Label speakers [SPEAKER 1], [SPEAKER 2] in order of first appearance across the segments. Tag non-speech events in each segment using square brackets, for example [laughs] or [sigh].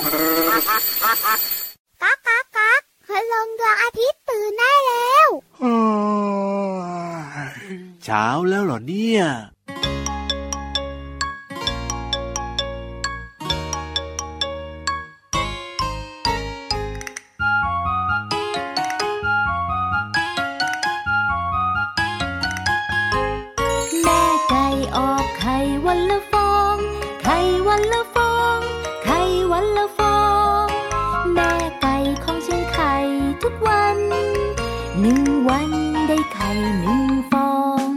[SPEAKER 1] กักกักกักพลงดวงอาทิตย์ตื่นได้แล้ว
[SPEAKER 2] เช้าแล้วเหรอเนี่ย
[SPEAKER 3] แม่ไก่ออกไข่วันละฟอง ไข่วันละฟอง ไข่วันละฟอง แม่ไก่ของฉันไข่ทุกวัน หนึ่งวันได้ไข่หนึ่งฟอง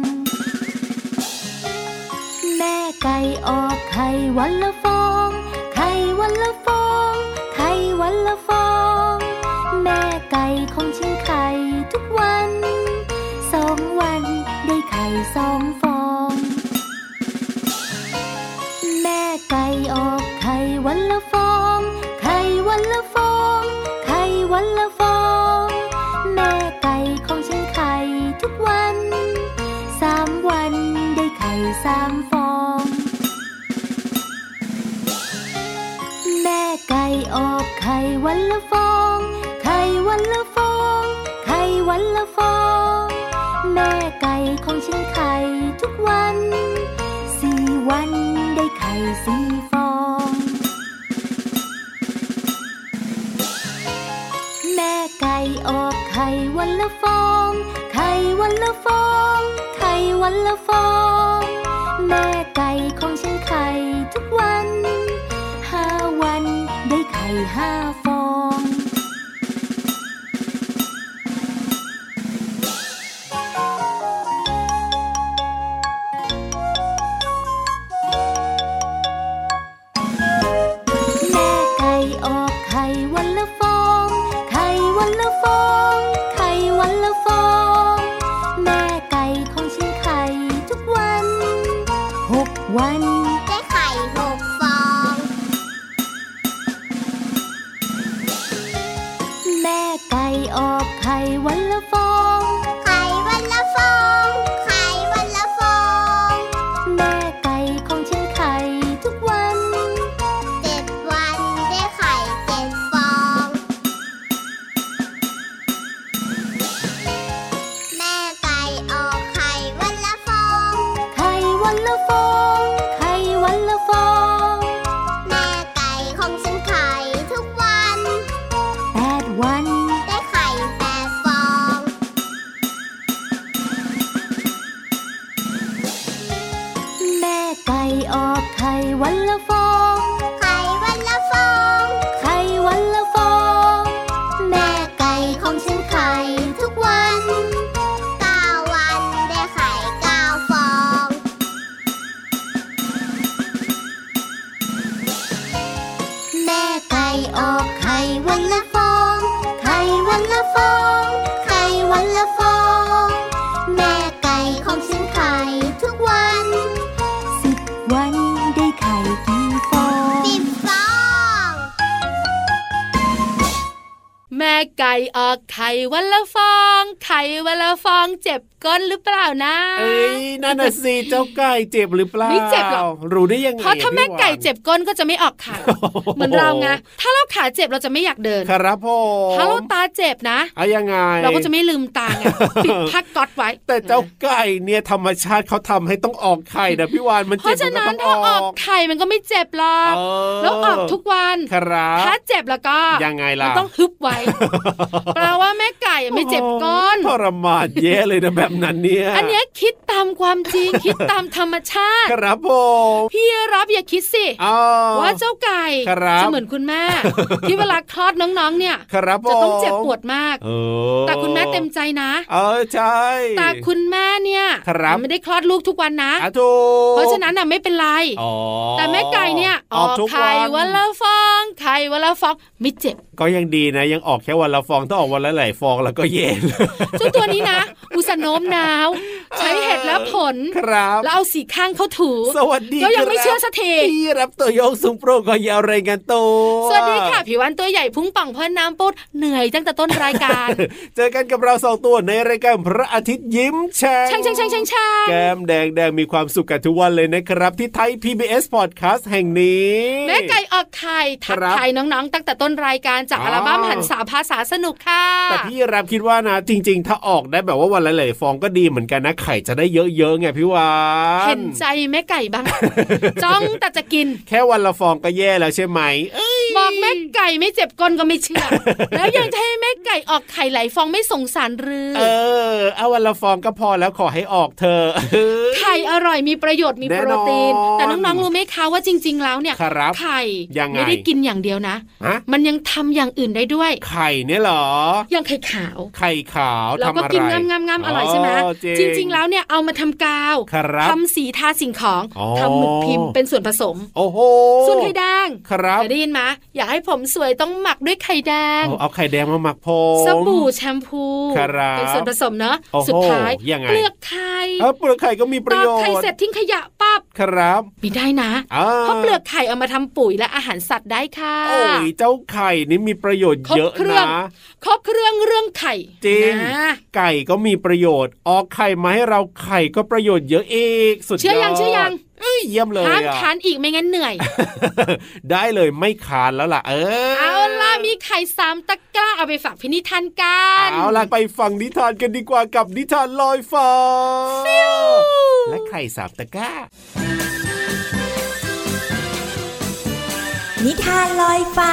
[SPEAKER 3] แม่ไก่ออกไข่วันละฟอง ไข่วันละฟอง ไข่วันละฟอง แม่ไก่ของฉันไข่ทุกวัน สองวันได้ไข่สองฟอง แม่ไก่ออกไข่วันละฟอง ไข่วันละฟอง ไข่วันละฟอง แม่ไก่ของฉันไข่ทุกวัน สามวันได้ไข่สามฟอง แม่ไก่ออกไข่วันละฟอง ไข่วันละฟอง ไข่วันละฟอง แม่ไก่ของฉันไข่ทุกวัน สี่วันได้ไข่สี่ฟอง แม่ไก่ออกไข่วันละฟอง ไข่วันละฟอง ไข่วันละฟอง แม่ไก่ของฉันไข่ทุกวัน ห้าวันได้ไข่ห้าฟอง แม่ไก่ออกไข่วันละฟอง ไข่วันละฟอง ไข่วันละฟอง แม่ไก่ของฉันไข่ทุกวันหกวัน
[SPEAKER 1] ได้ไข่หกฟอง
[SPEAKER 3] แม่ไก่ออกไข่วันละฟอง
[SPEAKER 1] ไข่วันละฟองไข่วันละฟอง
[SPEAKER 3] แม่ไก่ของฉันไข่ทุกวัน
[SPEAKER 1] เจ็ดวันได้ไข่เจ็ดฟอง แม่ไก่ออกไข่วันละฟอง
[SPEAKER 3] ไข่วันละฟอง ไข่วันละฟอง
[SPEAKER 1] แม่ไก่ของฉันไข่ทุกวัน
[SPEAKER 3] แปดวัน
[SPEAKER 1] ได้ไข่แปดฟอง
[SPEAKER 3] แม่ไก่ออกไข่วันละฟอง
[SPEAKER 1] ไข่วันละฟอง
[SPEAKER 3] ไข่วันละฟอง
[SPEAKER 1] แม่ไก่ของฉันไข่ทุกวันเก้าวันได้ไข่เก้าฟอง แม่ไก่ออกไข่วันละฟอง ไข่วันละฟอง ไข่วันละฟอง แม่ไก่ของฉันไข่ทุกวัน
[SPEAKER 3] สิบวันได้ไข่กี่ฟอง
[SPEAKER 1] สิบฟอง
[SPEAKER 4] แม่ไก่ออกไข่วันละฟอง ไข่วันละฟองเจ็บก้นหรือเปล่านะ
[SPEAKER 5] เอ้ยนั่นน่ะสิเจ้าไก่เจ็บหรือเปล่า
[SPEAKER 4] ไม่เจ็บหรอก
[SPEAKER 5] รู้ได้ยังไง
[SPEAKER 4] เพราะถ้าแม่
[SPEAKER 5] พี่วาน
[SPEAKER 4] ไก่เจ็บก้นก็จะไม่ออกขา
[SPEAKER 5] โอ้โห
[SPEAKER 4] เหมือนเราไงถ้าเราขาเจ็บเราจะไม่อยากเดิน
[SPEAKER 5] ครับผม
[SPEAKER 4] ถ้าเราตาเจ็บนะ
[SPEAKER 5] เอายังไง
[SPEAKER 4] เราก็จะไม่ลืมตา
[SPEAKER 5] [laughs]
[SPEAKER 4] ไงปิดผ้าก๊อตไว้
[SPEAKER 5] แต่เจ้าไก่เนี่ยธรรมชาติเขาทำให้ต้องออกไข่นะพี่วานมัน
[SPEAKER 4] เพ
[SPEAKER 5] เจ็บ
[SPEAKER 4] ราะฉะนั้น
[SPEAKER 5] มัก็
[SPEAKER 4] ถ้า
[SPEAKER 5] ต้องอ
[SPEAKER 4] ออ
[SPEAKER 5] อก ก
[SPEAKER 4] ไข่มันก็ไม่เจ็บหรอก
[SPEAKER 5] เออ
[SPEAKER 4] แล้วออกทุกวัน
[SPEAKER 5] ครับ
[SPEAKER 4] ถ้าเจ็บแล้วก็
[SPEAKER 5] ยังไงล่ะ
[SPEAKER 4] มันต้องฮึบ
[SPEAKER 5] [laughs]
[SPEAKER 4] ไว้แปลว่าแม่ไก่ไม่เจ็บก้น
[SPEAKER 5] โอ้โหทรมานแย่เลยนะแบบนั้นเนี่ย
[SPEAKER 4] อันเนี้ยคิดตามความจริง คิดตามธรรมชาติ
[SPEAKER 5] ครับผม
[SPEAKER 4] พี่รับอย่าคิดสิ
[SPEAKER 5] อ้าว
[SPEAKER 4] ว่าเจ้าไก่
[SPEAKER 5] ครับ
[SPEAKER 4] จะเหมือนคุณแม่ ที่เวลาคลอดน้องๆ เนี่ย
[SPEAKER 5] ครับผม
[SPEAKER 4] จะต้องเจ็บปวดมาก
[SPEAKER 5] เออ
[SPEAKER 4] แต่คุณแม่เต็มใจนะ
[SPEAKER 5] เออใช่
[SPEAKER 4] แต่คุณแม่เนี่ย
[SPEAKER 5] ครับ
[SPEAKER 4] ไม่ได้คลอดลูกทุกวันนะ
[SPEAKER 5] อาถูก
[SPEAKER 4] เพราะฉะนั้นน่ะไม่เป็นไร
[SPEAKER 5] อ๋อ
[SPEAKER 4] แต่แม่ไก่เนี่ย
[SPEAKER 5] ออกทุก
[SPEAKER 4] ไข่วันละฟองไข่วันละฟองไม่เจ็บ
[SPEAKER 5] ก็ยังดีนะ ยังออกแค่วันละฟองต้องออกวันละหลายฟองแล้วก็เย็น
[SPEAKER 4] เจ้าตัวนี้นะ อุตสาห์โนมนาว ใช้เหตุและผล
[SPEAKER 5] ครับ
[SPEAKER 4] แล้วเอาสีข้างเข้าถู
[SPEAKER 5] สวัสดี
[SPEAKER 4] ก็ยั
[SPEAKER 5] ค
[SPEAKER 4] ง
[SPEAKER 5] รับ
[SPEAKER 4] ไม่เชื่อสักที
[SPEAKER 5] พี่รับตัวโยงสูงโปร่งก็ยาวรายงานตัว
[SPEAKER 4] สวัสดีค่ะผิววันตัวใหญ่พุ่งป่องพ่นน้ำปุดเหนื่อยตั้งแต่ต้นราย
[SPEAKER 5] [laughs]
[SPEAKER 4] การ
[SPEAKER 5] เจอกันกับเราสองตัวในรายการพระอาทิตย์ยิ้มแฉ่ง
[SPEAKER 4] ช่างช่างช่างช่างช่าง
[SPEAKER 5] แก้มแดงแดงมีความสุขกันทุกวันเลยนะครับ ที่ไทย PBS Podcast แห่งนี้
[SPEAKER 4] แม่ไก่ออกไข่ทัก
[SPEAKER 5] ครับ
[SPEAKER 4] ทยน้องๆ ตั้งแต่ต้นรายการจากอัลบั้มหันสาภาษาสนุกค่ะ
[SPEAKER 5] แต่พี่รับคิดว่านะจริง ๆ ถ้าออกได้แบบว่าวันละหลายๆฟองก็ดีเหมือนกันนะไข่จะได้เยอะๆไงพี่วาน
[SPEAKER 4] เห็นใจแม่ไก่บ้าง จ้องแต่จะกิน
[SPEAKER 5] แค่วันละฟองก็แย่แล้วใช่ไหมเอ้ย
[SPEAKER 4] บอกแม่ไก่ไม่เจ็บก้นก็ไม่เชื่
[SPEAKER 5] [laughs]
[SPEAKER 4] อ แล้วยังจะให้แม่ไก่ออกไข่ไหลายฟองไม่สงสารหรือ
[SPEAKER 5] เออเอาวันละฟองก็พอแล้วขอให้ออกเธอะ
[SPEAKER 4] ไข่อร่อยมีประโยชน์มี
[SPEAKER 5] แน่
[SPEAKER 4] โป
[SPEAKER 5] นอน
[SPEAKER 4] รตีน แต่น้องๆรู้ไหมคะว่าจริง ๆ แล้วเนี่ย
[SPEAKER 5] ครับ
[SPEAKER 4] ไข่
[SPEAKER 5] ยังไง
[SPEAKER 4] ไม่ได้กินอย่างเดียวนะ
[SPEAKER 5] ฮะ
[SPEAKER 4] มันยังทำอย่างอื่นได้ด้วย
[SPEAKER 5] ไข่เนี่ยเหรอ
[SPEAKER 4] อย่างไข่ขาว
[SPEAKER 5] ไข่ขาว
[SPEAKER 4] เรา
[SPEAKER 5] ทำ
[SPEAKER 4] ก็
[SPEAKER 5] อะไร
[SPEAKER 4] กินงามๆๆอร่อยใช่ไหมจริง ๆ
[SPEAKER 5] แล้ว
[SPEAKER 4] แล้วเนี่ยเอามาทำกาว
[SPEAKER 5] ครับ
[SPEAKER 4] ทำสีทาสิ่งของ
[SPEAKER 5] อ๋อ
[SPEAKER 4] ทำหมึกพิมพ์เป็นส่วนผสม
[SPEAKER 5] โอ้โห
[SPEAKER 4] ส่วนไข่แดง
[SPEAKER 5] ครับ
[SPEAKER 4] เคยได้ยินไหมอยากให้ผมสวยต้องหมักด้วยไข่แดง
[SPEAKER 5] เอาเอาไข่แดงมาหมักผม
[SPEAKER 4] สบู่แชมพู
[SPEAKER 5] ครับ
[SPEAKER 4] เป็นส่วนผสมเนอะ
[SPEAKER 5] โอ้โห
[SPEAKER 4] สุดท้าย
[SPEAKER 5] ยังไง
[SPEAKER 4] เปลือกไข่
[SPEAKER 5] เออเปลือกไข่ก็มีป
[SPEAKER 4] ต
[SPEAKER 5] ระ
[SPEAKER 4] อก
[SPEAKER 5] โยชน์
[SPEAKER 4] ไข่เสร็จทิ้งขยะปั๊บ
[SPEAKER 5] ครับ
[SPEAKER 4] ไม่ได้นะ
[SPEAKER 5] อ่
[SPEAKER 4] เพราะเปลือกไข่เอามาทำปุ๋ยและอาหารสัตว์ได้ค่ะ
[SPEAKER 5] โอ้ยเจ้าไข่นี่มีประโยชน์
[SPEAKER 4] ครบ
[SPEAKER 5] เยอะ
[SPEAKER 4] เครื่
[SPEAKER 5] นะ
[SPEAKER 4] อง ครบเครื่องเรื่องไข่
[SPEAKER 5] จริง
[SPEAKER 4] นะ
[SPEAKER 5] ไก่ก็มีประโยชน์ ออกไข่มาให้เราไข่ก็ประโยชน์เยอะเอกสุดยอด
[SPEAKER 4] เชื่อยังเชื่อยัง
[SPEAKER 5] เอ้ยเยี่ยมเลย
[SPEAKER 4] ห้าม
[SPEAKER 5] อะ
[SPEAKER 4] ทานอีกไม่งั้น
[SPEAKER 5] [laughs]
[SPEAKER 4] เหนื่อย
[SPEAKER 5] ได้เลยไม่คานแล้วล่ะ เออ
[SPEAKER 4] เอาล่ะมีไข่สามตะกร้าเอาไปฝากพินิทานกัน
[SPEAKER 5] เอาล่ะไปฟังนิทานกันดีกว่ากับนิทานลอยฟ้าและไข่สามตะกร้า
[SPEAKER 6] นิทานลอยฟ้า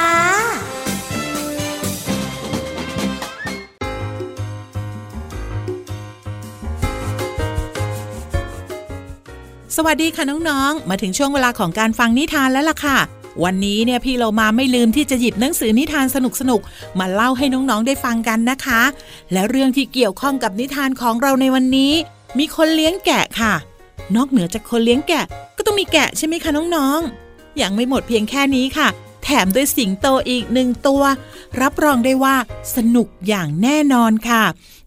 [SPEAKER 7] สวัสดีค่ะน้องๆ มาถึงช่วงเวลาของการฟังนิทานแล้วล่ะค่ะ วันนี้เนี่ยพี่เรามาไม่ลืมที่จะหยิบหนังสือนิทานสนุกๆ มาเล่าให้น้องๆได้ฟังกันนะคะ และเรื่องที่เกี่ยวข้องกับนิทานของเราในวันนี้ มีคนเลี้ยงแกะค่ะ นอกเหนือจากคนเลี้ยงแกะ ก็ต้องมีแกะใช่ไหมคะน้องๆ ยังไม่หมดเพียงแค่นี้ค่ะ แถมด้วยสิงโตอีกหนึ่งตัว รับรองได้ว่าสนุกอย่างแน่นอนค่ะ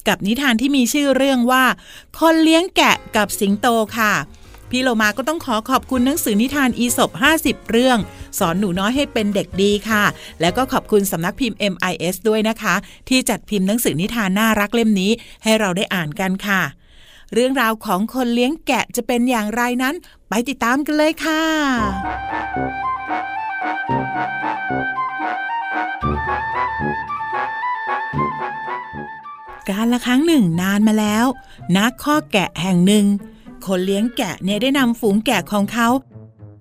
[SPEAKER 7] กับนิทานที่มีชื่อเรื่องว่า คนเลี้ยงแกะกับสิงโตค่ะ พี่โลมาก็ต้องขอขอบคุณหนังสือนิทานอีสบ50 เรื่อง สอนหนูน้อยให้เป็นเด็กดีค่ะ แล้วก็ขอบคุณสำนักพิมพ์ MIS ด้วยนะคะ ที่จัดพิมพ์หนังสือนิทานน่ารักเล่มนี้ให้เราได้อ่านกันค่ะ เรื่องราวของคนเลี้ยงแกะจะเป็นอย่างไรนั้น ไปติดตามกันเลยค่ะ การละครั้งหนึ่งนานมาแล้วนักข้อแกะแห่งหนึ่ง คนเลี้ยงแกะเนี่ยได้นำฝูงแกะของเขา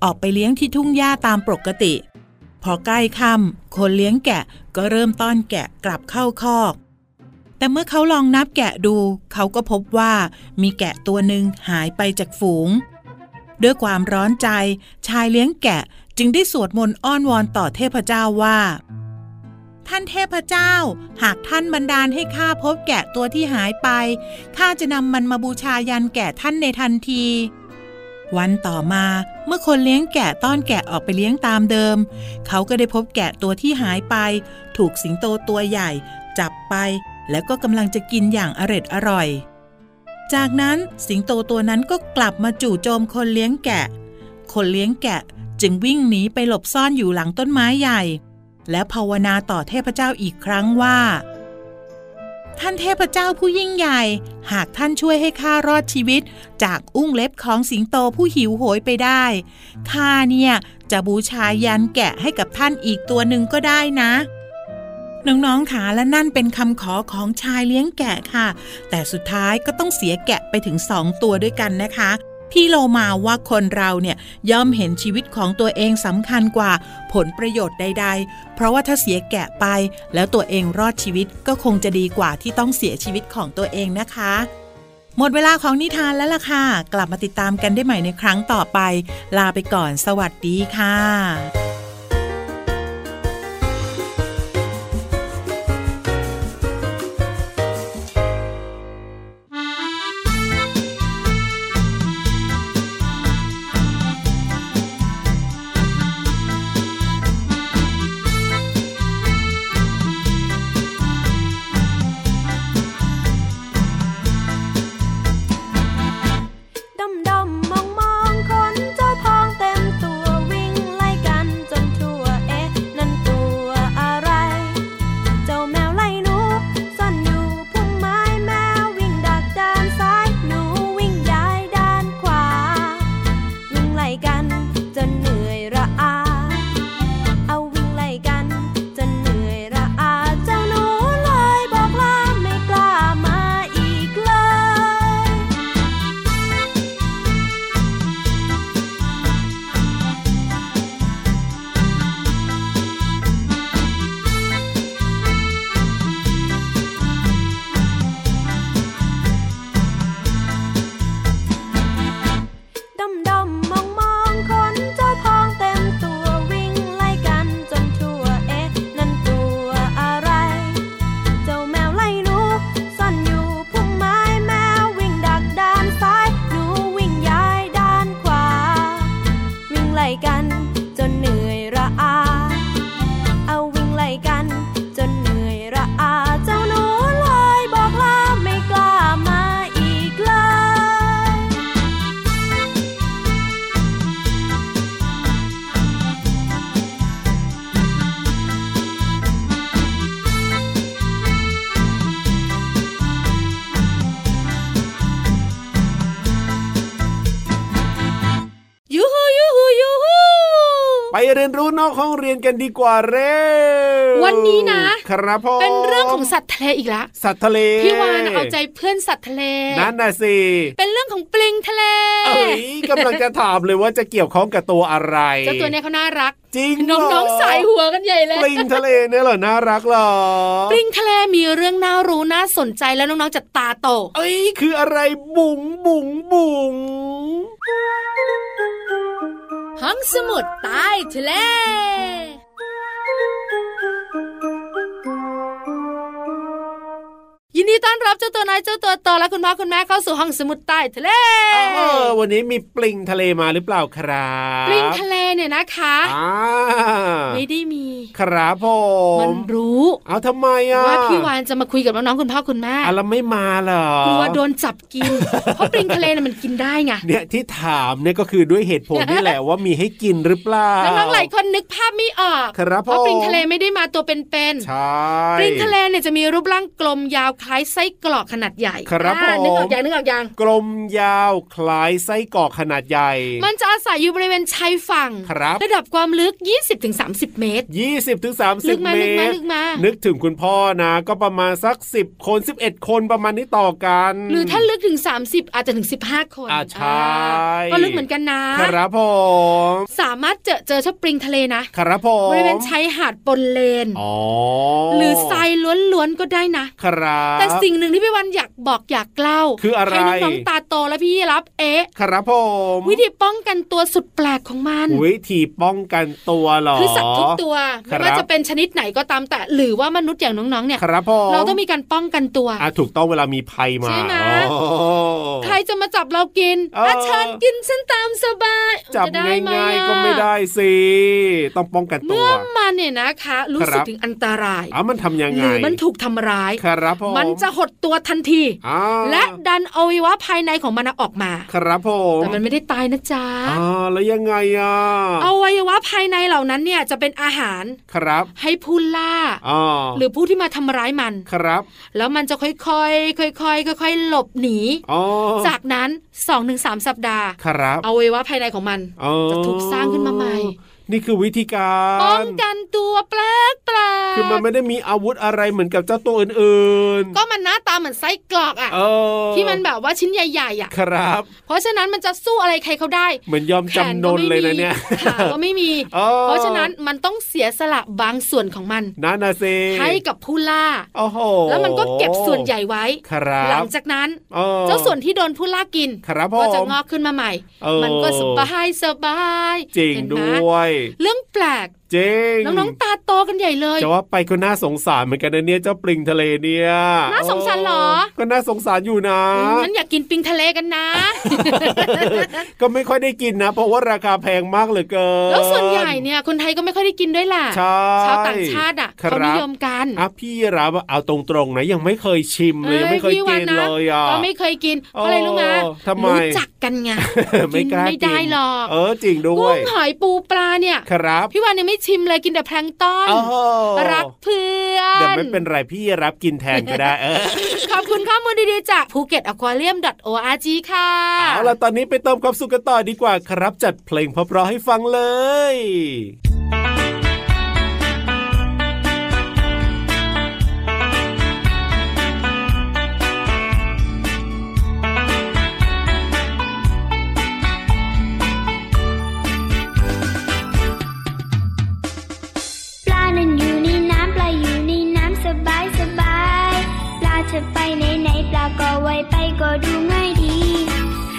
[SPEAKER 7] ออกไปเลี้ยงที่ทุ่งหญ้าตามปกติ พอใกล้ค่ำคนเลี้ยงแกะก็เริ่มต้อนแกะกลับเข้าคอก แต่เมื่อเขาลองนับแกะดู เขาก็พบว่ามีแกะตัวหนึ่งหายไปจากฝูง ด้วยความร้อนใจ ชายเลี้ยงแกะจึงได้สวดมนต์อ้อนวอนต่อเทพเจ้าว่า ท่านเทพเจ้า หากท่านบันดาลให้ข้าพบแกะตัวที่หายไป ข้าจะนำมันมาบูชายันแก่ท่านในทันที วันต่อมาเมื่อคนเลี้ยงแกะต้อนแกะออกไปเลี้ยงตามเดิม เขาก็ได้พบแกะตัวที่หายไป ถูกสิงโตตัวใหญ่ จับไป แล้วก็กำลังจะกินอย่างอร็ดอร่อย จากนั้นสิงโตตัวนั้นก็กลับมาจู่โจมคนเลี้ยงแกะ คนเลี้ยงแกะจึงวิ่งหนีไปหลบซ่อนอยู่หลังต้นไม้ใหญ่ และภาวนาต่อเทพเจ้าอีกครั้งว่า ท่านเทพเจ้าผู้ยิ่งใหญ่ หากท่านช่วยให้ข้ารอดชีวิต จากอุ้งเล็บของสิงโตผู้หิวโหยไปได้ ข้าเนี่ยจะบูชายันแกะให้กับท่านอีกตัวหนึ่งก็ได้นะ น้องๆค่ะและนั่นเป็นคำขอของชายเลี้ยงแกะค่ะ แต่สุดท้ายก็ต้องเสียแกะไปถึงสองตัวด้วยกันนะคะ พี่โลมาว่าคนเราเนี่ยย่อมเห็นชีวิตของตัวเองสำคัญกว่าผลประโยชน์ใด ๆ เพราะว่าถ้าเสียแกะไปแล้วตัวเองรอดชีวิตก็คงจะดีกว่าที่ต้องเสียชีวิตของตัวเองนะคะ หมดเวลาของนิทานแล้วล่ะค่ะ กลับมาติดตามกันได้ใหม่ในครั้งต่อไป ลาไปก่อน สวัสดีค่ะ
[SPEAKER 6] ดำดำมองมองคนเจ้าทองเต็มตัววิ่งไล่กันจน
[SPEAKER 5] ยนรู้นอกห้องเรียนกันดีกว่าเร็ว
[SPEAKER 4] วันนี้นะ
[SPEAKER 5] ครับผม
[SPEAKER 4] เป็นเรื่องของสัตว์ทะเลอีกละ
[SPEAKER 5] สัตว์ทะเล
[SPEAKER 4] พี่วานเอาใจเพื่อนสัตว์ทะเล
[SPEAKER 5] นั่นน่ะสิ
[SPEAKER 4] เป็นเรื่องของปลิงทะเล
[SPEAKER 5] เอ้ยกำลังจะถามเลยว่าจะเกี่ยวข้องกับตัวอะไร
[SPEAKER 4] เจ้าตัวเนี้ยเขาน่ารัก
[SPEAKER 5] จริง
[SPEAKER 4] น้
[SPEAKER 5] เหร
[SPEAKER 4] องๆสายหัวกันใหญ่เลย
[SPEAKER 5] ปลิงทะเลเนี่ยเหรอน่ารักเหรอ
[SPEAKER 4] ปลิงทะเลมีเรื่องน่ารู้น่าสนใจแล้วน้องๆจะตาโต
[SPEAKER 5] เอ้ยคืออะไรบุ๋งบุ๋งบุ๋ง
[SPEAKER 4] ห้องสมุดใต้ทะเล ยินดีต้อนรับเจ้าตัวน้อยเจ้าตัวโตและคุณพ่อคุณแม่เข้าสู่ห้องสมุดใต้ทะเล
[SPEAKER 5] เออวันนี้มีปลิงทะเลมาหรือเปล่าครับ
[SPEAKER 4] ปลิงทะเลเนี่ยนะคะ
[SPEAKER 5] อ่า
[SPEAKER 4] ไม่ได้มี
[SPEAKER 5] ครับผ
[SPEAKER 4] มั
[SPEAKER 5] ม
[SPEAKER 4] นรู้
[SPEAKER 5] เอาทำไมอ่ะ
[SPEAKER 4] ว่าพี่วานจะมาคุยกับน้องๆคุณพ่อคุณแม่
[SPEAKER 5] อะไรไม่มาเหรอก
[SPEAKER 4] ลัวโดนจับกิน เพราะปลิงทะเลเนี่ยมันกินได้ไง
[SPEAKER 5] เนี่ยที่ถามเนี่ยก็คือด้วยเหตุผลนี่แหละ ว่ามีให้กินหรือเปล่า
[SPEAKER 4] น้องๆหลายคนนึกภาพไม่ออก
[SPEAKER 5] ครับ
[SPEAKER 4] เพราะปลิง
[SPEAKER 5] ผม
[SPEAKER 4] ทะเลไม่ได้มาตัวเป็นๆ
[SPEAKER 5] ใช่
[SPEAKER 4] ปลิงทะเลเนี่ยจะมีรูปร่างกลมยาวคล้ายไส้กรอกขนาดใหญ่
[SPEAKER 5] ครับผ
[SPEAKER 4] อ่าม นึกออกอย่างนึกออกอย่าง
[SPEAKER 5] กลมยาวคล้ายไส้กรอกขนาดใหญ่
[SPEAKER 4] มันจะอาศัยอยู่บริเวณชายฝั่ง
[SPEAKER 5] ครับ
[SPEAKER 4] ระดับความลึก 20-30 เมตร
[SPEAKER 5] 20ถึง
[SPEAKER 4] ลึก
[SPEAKER 5] 30
[SPEAKER 4] มา
[SPEAKER 5] เมตร
[SPEAKER 4] ลึกมาลึกมา
[SPEAKER 5] นึกถึงคุณพ่อนะ ก็ประมาณสัก 10 คน 11 คนประมาณนี้ต่อกัน
[SPEAKER 4] หรือถ้าลึกถึง 30 อาจจะถึง 15 คน
[SPEAKER 5] อ่าใช่
[SPEAKER 4] อ่าก็ลึกเหมือนกันนะ
[SPEAKER 5] ครับผม
[SPEAKER 4] สามารถเจอเจอชอบปลิงทะเลนะ
[SPEAKER 5] ครับผม
[SPEAKER 4] บริเวณชายหาดปนเลน
[SPEAKER 5] อ๋อ
[SPEAKER 4] หรือทรายล้วนๆก็ได้นะ
[SPEAKER 5] ครับ
[SPEAKER 4] แต่สิ่งหนึ่งที่พี่วันอยากบอกอยากเล่า
[SPEAKER 5] คืออะไร
[SPEAKER 4] ให้น้องๆตาโตและพี่รับเอ๊ะ
[SPEAKER 5] ครับผม
[SPEAKER 4] วิธีป้องกันตัวสุดแปลกของมัน
[SPEAKER 5] วิธีป้องกันตัวเหรอ
[SPEAKER 4] คือสัตว์ทุกตัว
[SPEAKER 5] ครับ
[SPEAKER 4] ไม่ว่าจะเป็นชนิดไหนก็ตามแต่หรือว่ามนุษย์อย่างน้องๆเนี่ย
[SPEAKER 5] ครับผม
[SPEAKER 4] เราต้องมีการป้องกันตัว
[SPEAKER 5] อ่ะถูกต้องเวลามีภัยมา
[SPEAKER 4] ใช่ไหม
[SPEAKER 5] อ๋อ
[SPEAKER 4] ใครจะมาจับเรากิน
[SPEAKER 5] เอออ่
[SPEAKER 4] ะเชิญกินฉันตามสบาย
[SPEAKER 5] จับ
[SPEAKER 4] จะได้ไหม
[SPEAKER 5] ง่าย
[SPEAKER 4] อ่ะ
[SPEAKER 5] ๆก็ไม่ได้สิ ต้องป้องกันตัว
[SPEAKER 4] เมื่อมันเนี่ยนะคะ รู้สึ
[SPEAKER 5] ค
[SPEAKER 4] ก
[SPEAKER 5] รับ
[SPEAKER 4] ถึงอันตราย
[SPEAKER 5] อ่ะมันทำยัง
[SPEAKER 4] ห
[SPEAKER 5] ไง
[SPEAKER 4] รือมันถูกทำร้าย
[SPEAKER 5] ครับผม
[SPEAKER 4] มันจะหดตัวทันที
[SPEAKER 5] อ่า
[SPEAKER 4] และดันอวัยวะภายในของมันน่ะออกมา
[SPEAKER 5] ครับผม
[SPEAKER 4] แต่มันไม่ได้ตายนะจ๊ะ
[SPEAKER 5] อ่าแล้วยังไงอ่ะ
[SPEAKER 4] อวัยวะภายในเหล่านั้นเนี่ยจะเป็นอาหาร
[SPEAKER 5] ครับ
[SPEAKER 4] ให้ผู้ล่า
[SPEAKER 5] อ่า
[SPEAKER 4] หรือผู้ที่มาทำร้ายมัน
[SPEAKER 5] ครับ
[SPEAKER 4] แล้วมันจะค่อยๆ ค่อยๆ ค่อยๆ หลบหนี
[SPEAKER 5] อ๋อ
[SPEAKER 4] จากนั้น2อถึงสสัปดาห์
[SPEAKER 5] ครับ
[SPEAKER 4] อวัยวะภายในของมัน
[SPEAKER 5] อ๋อ
[SPEAKER 4] จะถูกสร้างขึ้นมาใหม่
[SPEAKER 5] นี่คือวิธีการ
[SPEAKER 4] ป้องกันตัวแปลกแปลก
[SPEAKER 5] คือมันไม่ได้มีอาวุธอะไรเหมือนกับเจ้าตัวอื่นๆ
[SPEAKER 4] ก็มันหน้าตาเหมือนไส้กรอกอะ
[SPEAKER 5] เออ
[SPEAKER 4] ที่มันแบบว่าชิ้นใหญ่ๆอะ
[SPEAKER 5] ครับ
[SPEAKER 4] เพราะฉะนั้นมันจะสู้อะไรใครเขาได้
[SPEAKER 5] เหมือนยอม
[SPEAKER 4] แขน
[SPEAKER 5] จำน
[SPEAKER 4] ก็
[SPEAKER 5] น
[SPEAKER 4] ไม่
[SPEAKER 5] เลยนะ
[SPEAKER 4] มี
[SPEAKER 5] เนี่ย
[SPEAKER 4] ขาก็ไม่มี
[SPEAKER 5] เออ
[SPEAKER 4] เพราะฉะนั้นมันต้องเสียสละบางส่วนของมัน
[SPEAKER 5] นั่นนะสิ
[SPEAKER 4] ให้กับผู้ล่า
[SPEAKER 5] โอ้โห
[SPEAKER 4] แล้วมันก็เก็บส่วนใหญ่ไว้
[SPEAKER 5] ครับ
[SPEAKER 4] หลังจากนั้น
[SPEAKER 5] ออ
[SPEAKER 4] เจ้าส่วนที่โดนผู้ล่ากิน
[SPEAKER 5] ครับผ
[SPEAKER 4] ก็
[SPEAKER 5] ม
[SPEAKER 4] จะงอกขึ้นมาใหม่
[SPEAKER 5] เออ
[SPEAKER 4] มันก็สบายสบาย
[SPEAKER 5] จริง
[SPEAKER 4] เห็นไหม
[SPEAKER 5] ด้วย
[SPEAKER 4] เรื่องแปลก
[SPEAKER 5] จริง
[SPEAKER 4] น้องๆ ตาโตกันใหญ่เลย
[SPEAKER 5] จะว่าไปก็น่าสงสารเหมือนกันนะเนี่ยเจ้าปลิงทะเลเนี่ย
[SPEAKER 4] น่าสงสารเหรอ
[SPEAKER 5] ก็น่าสงสารอยู่นะ
[SPEAKER 4] ฉันอยากกินปิงทะเลกัน
[SPEAKER 5] [laughs]
[SPEAKER 4] นะ
[SPEAKER 5] ก็ไม่ค่อยได้กินนะ เพราะว่าราคาแพงมากเหลือเกิน
[SPEAKER 4] แล้วส่วนใหญ่เนี่ยคนไทยก็ไม่ค่อยได้กินด้วยล่ะ
[SPEAKER 5] ใช่
[SPEAKER 4] ชาวต่างชาติอ่ะ
[SPEAKER 5] ครับ
[SPEAKER 4] เขานิยมกัน
[SPEAKER 5] อ่ะพี่รับเอาตรง ๆ นะ ยังไม่เคยชิมเลยยังไม่เคย
[SPEAKER 4] พี่
[SPEAKER 5] กิ
[SPEAKER 4] วัน นะ
[SPEAKER 5] เลยอ่ะ
[SPEAKER 4] ก็ไม่เคยกินเพราะอะไรรู้ไหม
[SPEAKER 5] เออทำไม
[SPEAKER 4] รู้จักกันไง
[SPEAKER 5] [laughs] ไม่กล้ากิน
[SPEAKER 4] ไม่ได้หรอก
[SPEAKER 5] เออจริงด้ว
[SPEAKER 4] กุ้
[SPEAKER 5] ย
[SPEAKER 4] งหอยปูปลาเนี่ย
[SPEAKER 5] ครับ
[SPEAKER 4] พี่วันยังไม่ชิมเลยกินแต่แพลงก์ต้อน
[SPEAKER 5] โอ้โห
[SPEAKER 4] รักเพื่อ
[SPEAKER 5] เดี๋ยวน ไม่เป็นไรพี่รับกินแทนก็ได้เออ
[SPEAKER 4] ขอบคุณข้อมูลดีๆ จาก ภูเก็ตอควาเรียม .org ค่ะ
[SPEAKER 5] เอาล่ะตอนนี้ไปเติมความสุขกันต่อดีกว่าครับ จัดเพลงเพราะๆให้ฟังเลย
[SPEAKER 8] ปลานั้นอยู่ในน้ำปลาอยู่ในน้ำสบายสบาย ปลาจะไปไหนไหนปลาก็ไวไปก็ดูง่ายดี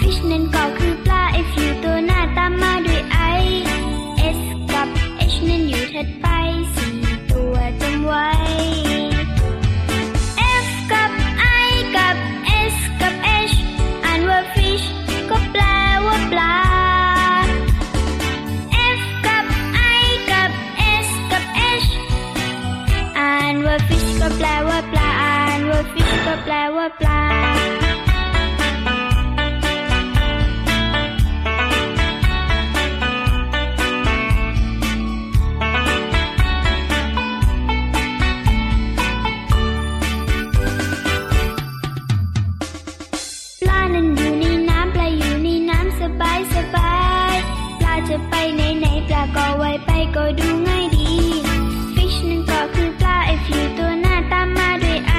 [SPEAKER 8] Fish นั้นก็คือปลา F อยู่ตัวหน้าตามมาด้วย I S กับ H นั้นอยู่ถัดไปสี่ตัวจำไว้ F กับ I กับ S กับ H อ่านว่า Fish ก็แปลว่าปลา F กับ I กับ S กับ H อ่านว่า fish ก็แปลว่าปลา อ่านว่า fish ก็แปลว่าปลา ปลานั้นอยู่ในน้ำปลาอยู่ในน้ำสบายสบาย ปลาจะไปไหนไหนปลา
[SPEAKER 6] ก็ไวไปก็ดูง่ายดี Fish นั่นก็คือปลาไอฟิวตัวหน้าตามมาด้วยไอ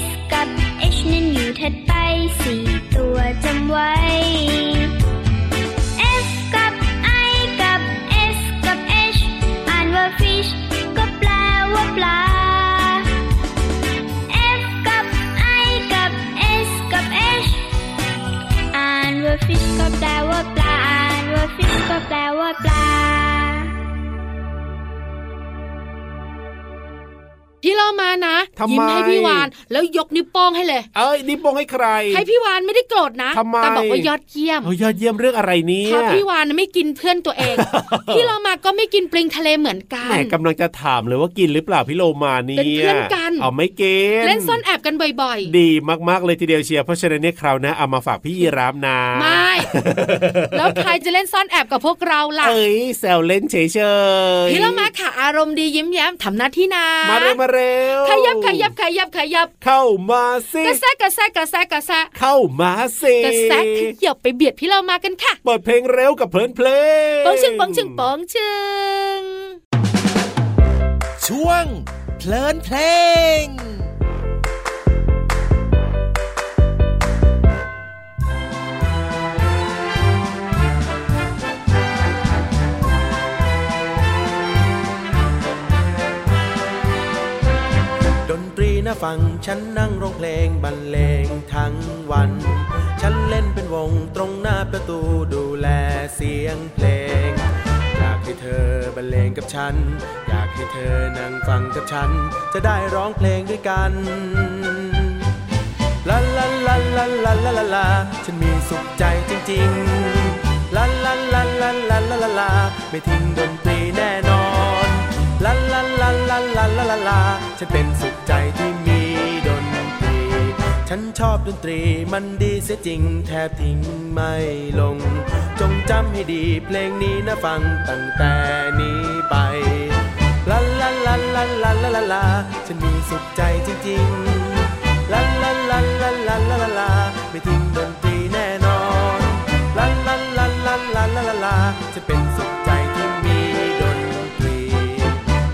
[SPEAKER 6] S กับ H นั้นอยู่ถัดไปสี่ตัวจำไว้ F กับ I กับ S กับ H อ่านว่า Fish ก็แปลว่าปลา F กับ I กับ S กับ H อ่านว่า Fish ก็แปลว่าปลา อ่านว่า Fish ก็แปลว่าปลา
[SPEAKER 4] พี่เรามานะ
[SPEAKER 5] ทำไม
[SPEAKER 4] ยิ้มให้พี่วานแล้วยกนิ้วโป้งให้เลย
[SPEAKER 5] เอ้ยนี่โปงให้ใคร
[SPEAKER 4] ให้พี่วานไม่ได้โกรธนะ
[SPEAKER 5] ทำไม
[SPEAKER 4] แต่บอกว่ายอดเยี่ยม
[SPEAKER 5] โอ้ยยอดเยี่ยมเรื่องอะไรเนี่
[SPEAKER 4] เพ
[SPEAKER 5] ย
[SPEAKER 4] ราะพี่วานไม่กินเพื่อนตัวเอง
[SPEAKER 5] [laughs]
[SPEAKER 4] พี่เรามาก็ไม่กินปลิงทะเลเหมือนกั
[SPEAKER 5] แหม
[SPEAKER 4] น
[SPEAKER 5] กำลังจะถามเลยว่ากินหรือเปล่าพี่โลมาเนี่ย
[SPEAKER 4] เป็นเพื่อนกัน
[SPEAKER 5] เอาไม่กิน
[SPEAKER 4] เล่นซ่อนแอบกันบ่อย
[SPEAKER 5] ดีมากๆเลยทีเดียวเชียร์เพราะฉะนั้นเนี่ยคราวหนะเอามาฝากพี่ยีรามนะ
[SPEAKER 4] ๆ ไม่
[SPEAKER 5] [laughs]
[SPEAKER 4] แล้วใครจะเล่นซ่อนแอบกับพวกเราล่ะ
[SPEAKER 5] เอ้ยแซวเล่นเฉยๆ
[SPEAKER 4] พี่เรามาค่ะอารมณ์ดียิ้มแย้มทำหน้าที่นะ
[SPEAKER 5] มาเร็วมาเร็ว
[SPEAKER 4] ขยับขยับขยับขยับ
[SPEAKER 5] เข้ามาสิ
[SPEAKER 4] กระแซะกระแซะกระแซะกระแซะ
[SPEAKER 5] เข้ามาสิ
[SPEAKER 4] กระแซะขยับไปเบียดพี่เรามากันค่ะ
[SPEAKER 5] เปิดเพลงเร็วกับเพลินเพลง
[SPEAKER 4] ปองชึงปองชึงปองชึง
[SPEAKER 2] ช่วงเพลินเพลง ดนตรีนะฟัง ฉันนั่งร้องเพลงบรรเลงทั้งวัน ฉันเล่นเป็นวงตรงหน้าประตูดูแลเสียงเพลง อยากให้เธอบรรเลงกับฉัน อยากให้เธอนั่งฟังกับฉัน จะได้ร้องเพลงด้วยกัน ลาลาลาลาลาลาลาลาฉันมีสุขใจจริงๆ ลาลาลาลาลาลาลาลาไม่ทิ้งดนตรีแน่นอน ลาลาลาลาลาลาลาลาฉันเป็นสุขใจที่มีดนตรี ฉันชอบดนตรีมันดีเสียจริงแทบทิ้งไม่ลง จงจำให้ดีเพลงนี้นะฟังตั้งแต่นี้ไป ลาลาลาลาลาลาลาลาฉันมีสุขใจจริงๆ ลาลาลาลาลาลาลาลาไม่ทิ้งดนตรีแน่นอน ลาลาลาลาลาลาลาลาจะเป็นสุขใจที่มีดนตรี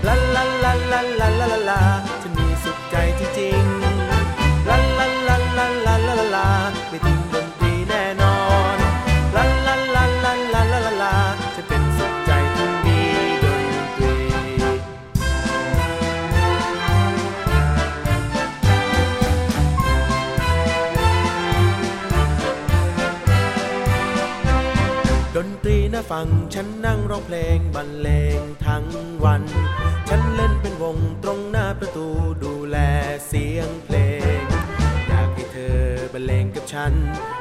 [SPEAKER 2] ลาลาลาลาลาลาลาลาจะมีสุขใจจริงๆ ลาลาลาลาลาลาลาลาไม่ทิ้งดนตรีแน่นอน ลาลาลาลาลาลาลาลาจะเป็นสุขใจที่มีดนตรี ดนตรีนะฟังฉันนั่งร้องเพลงบรรเลงทั้งวัน ฉันเล่นเป็นวงตรงหน้าประตูดูแลเสียงเพลง อยากให้เธอบรรเลงกับฉัน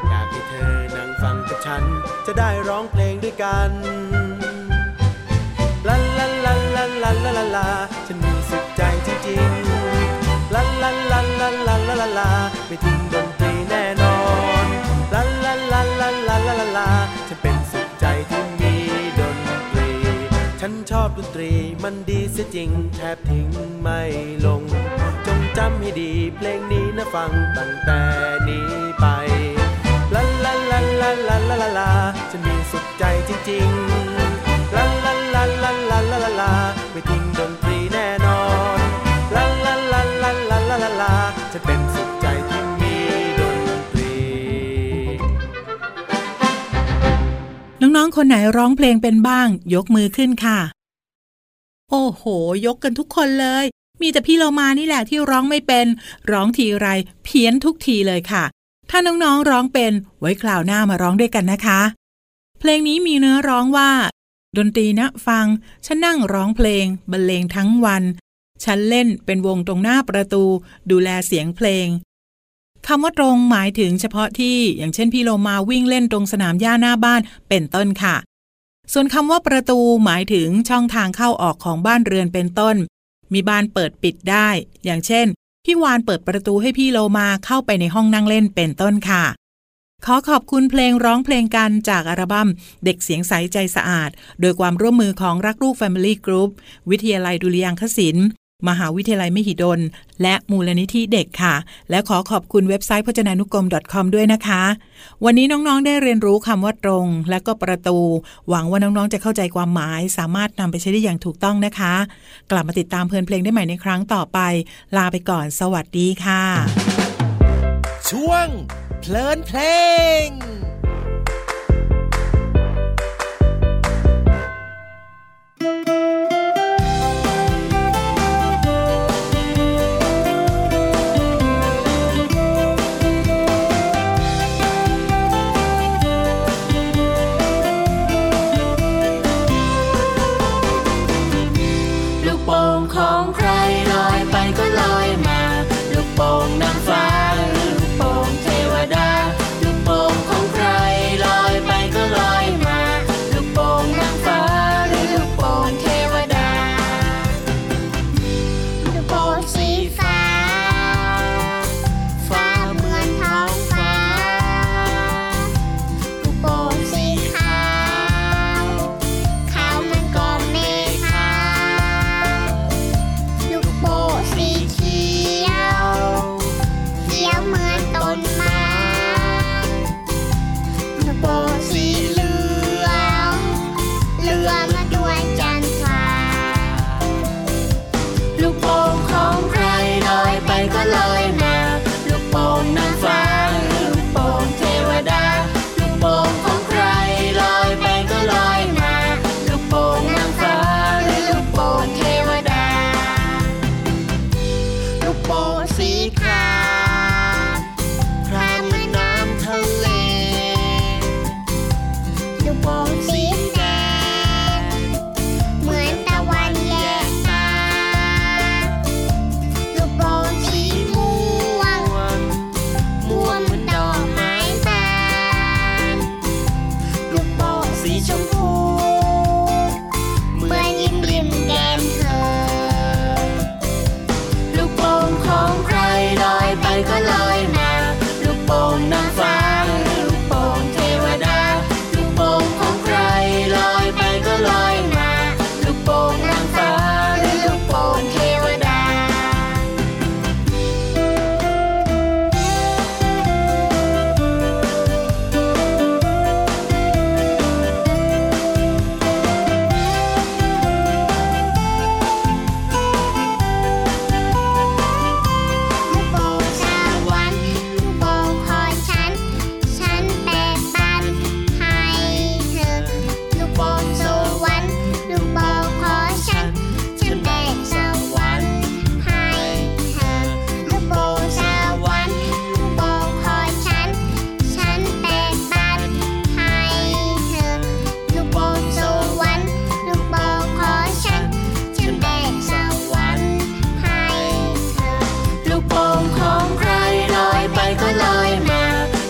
[SPEAKER 2] อยากให้เธอนั่งฟังกับฉัน จะได้ร้องเพลงด้วยกัน ลาลาลาลาลาลาลาลาฉันมีสุขใจจริงๆ ลาลาลาลาลาลาลาลาไม่ทิ้งดนตรีแน่นอน ลาลาลาลาลาลาลาลาฉันเป็นสุขใจที่มีดนตรี ฉันชอบดนตรีมันดีเสียจริงแทบทิ้งไม่ลง จงจำให้ดีเพลงนี้นะฟังตั้งแต่นี้ไป ลาลาลาลาลาลาลาลาฉันมีสุขใจจริงๆ ลาลาลาลาลาลาลาลาไม่ทิ้งดนตรีแน่นอน ลาลาลาลาลาลาลาลาจะเป็นสุขใจที่มีดนตรี
[SPEAKER 7] น้องๆ คนไหนร้องเพลงเป็นบ้าง ยกมือขึ้นค่ะ โอ้โห ยกกันทุกคนเลย มีแต่พี่เรามานี่แหละที่ร้องไม่เป็น ร้องทีไร เพี้ยนทุกทีเลยค่ะ ถ้าน้องๆ ร้องเป็น ไว้คราวหน้ามาร้องด้วยกันนะคะ เพลงนี้มีเนื้อร้องว่า ดนตรีนะฟัง ฉันนั่งร้องเพลง บรรเลงทั้งวัน ฉันเล่นเป็นวงตรงหน้าประตู ดูแลเสียงเพลง คำว่าตรงหมายถึงเฉพาะที่อย่างเช่นพี่โลมาวิ่งเล่นตรงสนามหญ้าหน้าบ้านเป็นต้นค่ะ ส่วนคำว่าประตูหมายถึงช่องทางเข้าออกของบ้านเรือนเป็นต้น มีบานเปิดปิดได้ อย่างเช่น พี่วานเปิดประตูให้พี่โลมาเข้าไปในห้องนั่งเล่นเป็นต้นค่ะ ขอขอบคุณเพลงร้องเพลงกันจากอัลบั้มเด็กเสียงใสใจสะอาด โดยความร่วมมือของรักลูก Family Group วิทยาลัยดุริยางคศิลป์ มหาวิทยาลัยมหิดล และมูลนิธิเด็กค่ะ และขอขอบคุณเว็บไซต์พจนานุกรม .com ด้วยนะคะ วันนี้น้องๆได้เรียนรู้คำว่าตรง และก็ประตู หวังว่าน้องๆจะเข้าใจความหมาย สามารถนำไปใช้ได้อย่างถูกต้องนะคะ กลับมาติดตามเพลินเพลงได้ใหม่ในครั้งต่อไป ลาไปก่อน สวัสดีค่ะ
[SPEAKER 9] ช่วง เพลินเพลง
[SPEAKER 8] ลูกโป่งของใครลอยไปก็ลอยมา ลูกโป่งนางฟ้าหรือลูกโป่งเทวดา ลูกโป่งของใครลอยไปก็ลอยมา ลูกโป่งนางฟ้าหรือลูกโป่งเทวดา ลูกโป่งสีฟ้า ฟ้าเหมือนท้องฟ้า ลูกโป่งสีขาว ขาวเหมันก็เมฆา ลูกโป่งสีเขียว เขียวเหมือนต้นไม้ลูกโป่งสีเหลืองเหลืองมาด้วยจันทราลูกโป่งของใครลอยไปก็ลอยมา ลูกโป่งนางฟ้าหรือลูกโป่งเทวดา ลูกโป่งของใครลอยไปก็ลอยมา ลูกโป่งนางฟ้าหรือลูกโป่งเทวดา ลูกโป่งสีขาวครามเหมือนน้ำทะเล ลูกโป่งสีแดง เหมือนตะวันแยกตา ลูกโป่งสีม่วง ม่วงเหมือนดอกไม้บาน ลูกโป่งสีชมพู เหมือนยิ้มริมแก้มเธอ ลูกโป่งของใครลอยไปก็ลอยมา ลูกโป่งนางฟ้าหรือลูกโป่งเทวดา ลูกโป่งของใครลอยไปก็ลอยมา ลูกโป่งนางฟ้าหรือลูกโป่งเทวดา ลูกโป่งสวรรค์ลูกโป่งของฉัน ฉันแบ่งปันให้เธอ ลูกโป่งสวรรค์ลูกโป่งของฉัน ฉันแบ่งสวรรค์ให้เธอ ลูกโป่งสวรรค์ลูกโป่งของฉัน ฉันแบ่งปันให้เธอ ลูกโป่งสวรรค์ลูกโป่งของฉัน ฉันแบ่งสวรรค์ให้เธอ ลูกโป่งของใครลอยไปก็ลอยมา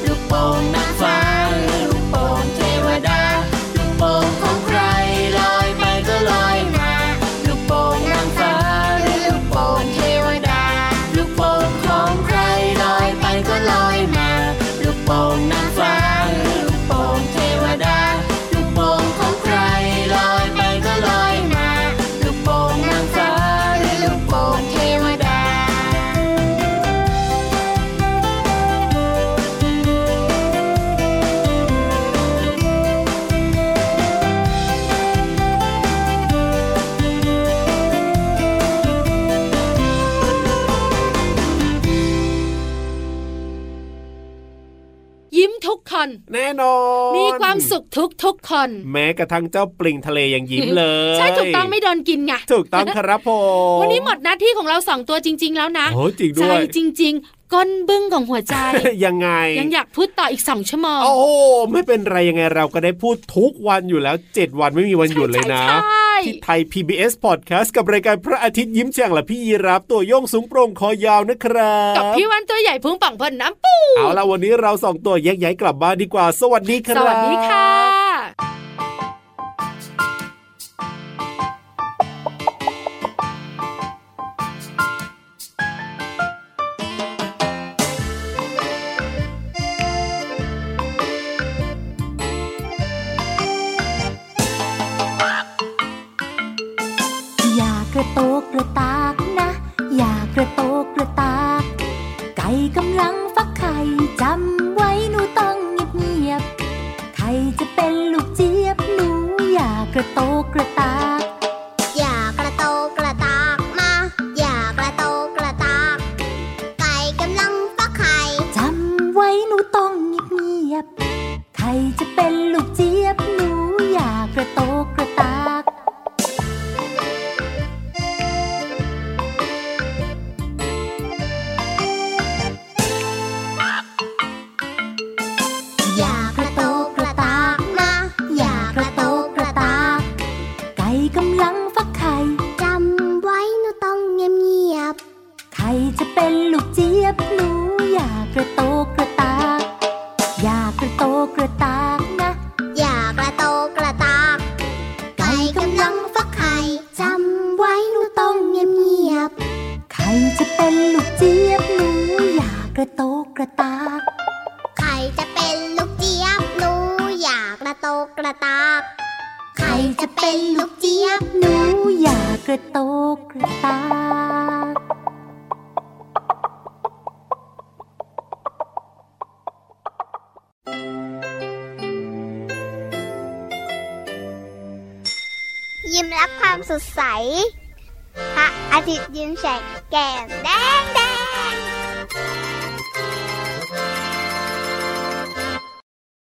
[SPEAKER 8] ลูกโป่งนางฟ้าหรือลูกโป่งเทวดา ลูกโป่งของใครลอยไปก็ลอยมา ลูกโป่งนางฟ้าหรือลูกโป่งเทวดา ลูกโป่งของใครลอยไปก็ลอยมา ลูกโป่งนางฟ้าหรือลูกโป่งเทวดา ลูกโป่งของใครลอยไปก็ลอยมา ลูกโป่งนางฟ้าหรือลูกโป่งเทวดา
[SPEAKER 4] ยิ้มทุกคน
[SPEAKER 5] แน่นอน
[SPEAKER 4] มีความสุขทุกทุกๆคน
[SPEAKER 5] แม้กระทั่งเจ้าปลิงทะเลยังยิ้มเลย
[SPEAKER 4] ใช่ถูกต้องไม่โดนกินไง
[SPEAKER 5] ถูกต้องครับผม
[SPEAKER 4] วันนี้หมดหน้าที่ของเราสองตัวจริง ๆ แล้วนะ
[SPEAKER 5] โอ้จริงด้
[SPEAKER 4] ใจ
[SPEAKER 5] วย
[SPEAKER 4] จริง ๆ ก้นบึ้งของหัวใจ
[SPEAKER 5] ยังไง
[SPEAKER 4] ยังอยากพูดต่ออีกสองชั่วโมง
[SPEAKER 5] โอ้โหไม่เป็นไรยังไงเราก็ได้พูดทุกวันอยู่แล้ว 7 วันไม่มีวันหยุดเลยนะ
[SPEAKER 4] ใช่ใช่
[SPEAKER 5] ที่ไทย PBS Podcast กับรายการพระอาทิตย์ยิ้มแฉ่งและพี่ยีรับตัวโยงสูงโปร่งคอยาวนะครับ
[SPEAKER 4] กับพี่วันตัวใหญ่พุงป่องพอนน้ำปู
[SPEAKER 5] เอาละวันนี้เราสองตัวแยกย้ายกลับบ้านดีกว่า สวัสดีค
[SPEAKER 4] ส
[SPEAKER 5] รับ
[SPEAKER 4] วัสดีค่ะ
[SPEAKER 3] อย่ากระโตกกระตากนะ อย่ากระโตกกระตาก ไก่กำลังฟักไข่จำไว้หนูต้องเงียบเงียบๆไข่จะเป็นลูกเจี๊ยบหนูอย่ากระโตกกระตาก
[SPEAKER 1] อย่ากระโตกกระตากมา อย่ากระโตกกระตาก ไก่กำลังฟักไข่
[SPEAKER 3] จำไว้หนูต้องเงียบเงียบๆใครจะเป็นลูกเจี๊ยบหนูอย่ากระโตกกระตาก
[SPEAKER 1] อย่ากระโตกกระตากมา อย่ากระโตกกระตาก
[SPEAKER 3] ไก่กำลังฟักไข่
[SPEAKER 1] จำไว้หนูต้องเงียบเงียบ
[SPEAKER 3] ใครจะเป็นลูกเจี๊ยบหนูอย่ากระโตกกระตาก อย่ากระโตกกระตากนะ
[SPEAKER 1] ๆอย่ากระโตกกระตาก ไก่กำลังฟักไข่จำไว้หนูต้องเงียบเงียบ
[SPEAKER 3] ใครจะเป็นลูกเจี๊ยบหนูอย่ากระโตกกระตาก
[SPEAKER 1] ๆไข่จะเป็นลูกเจี๊ยบหนูอย่ากระโตกกระตากไข่จะเป็นลูกเจี๊ยบ
[SPEAKER 3] หนูอย่ากระโตกกระตาก
[SPEAKER 1] ยิ้มรับความสดใสพระอาทิตย์ยิ้มแฉกแก้มแดงแด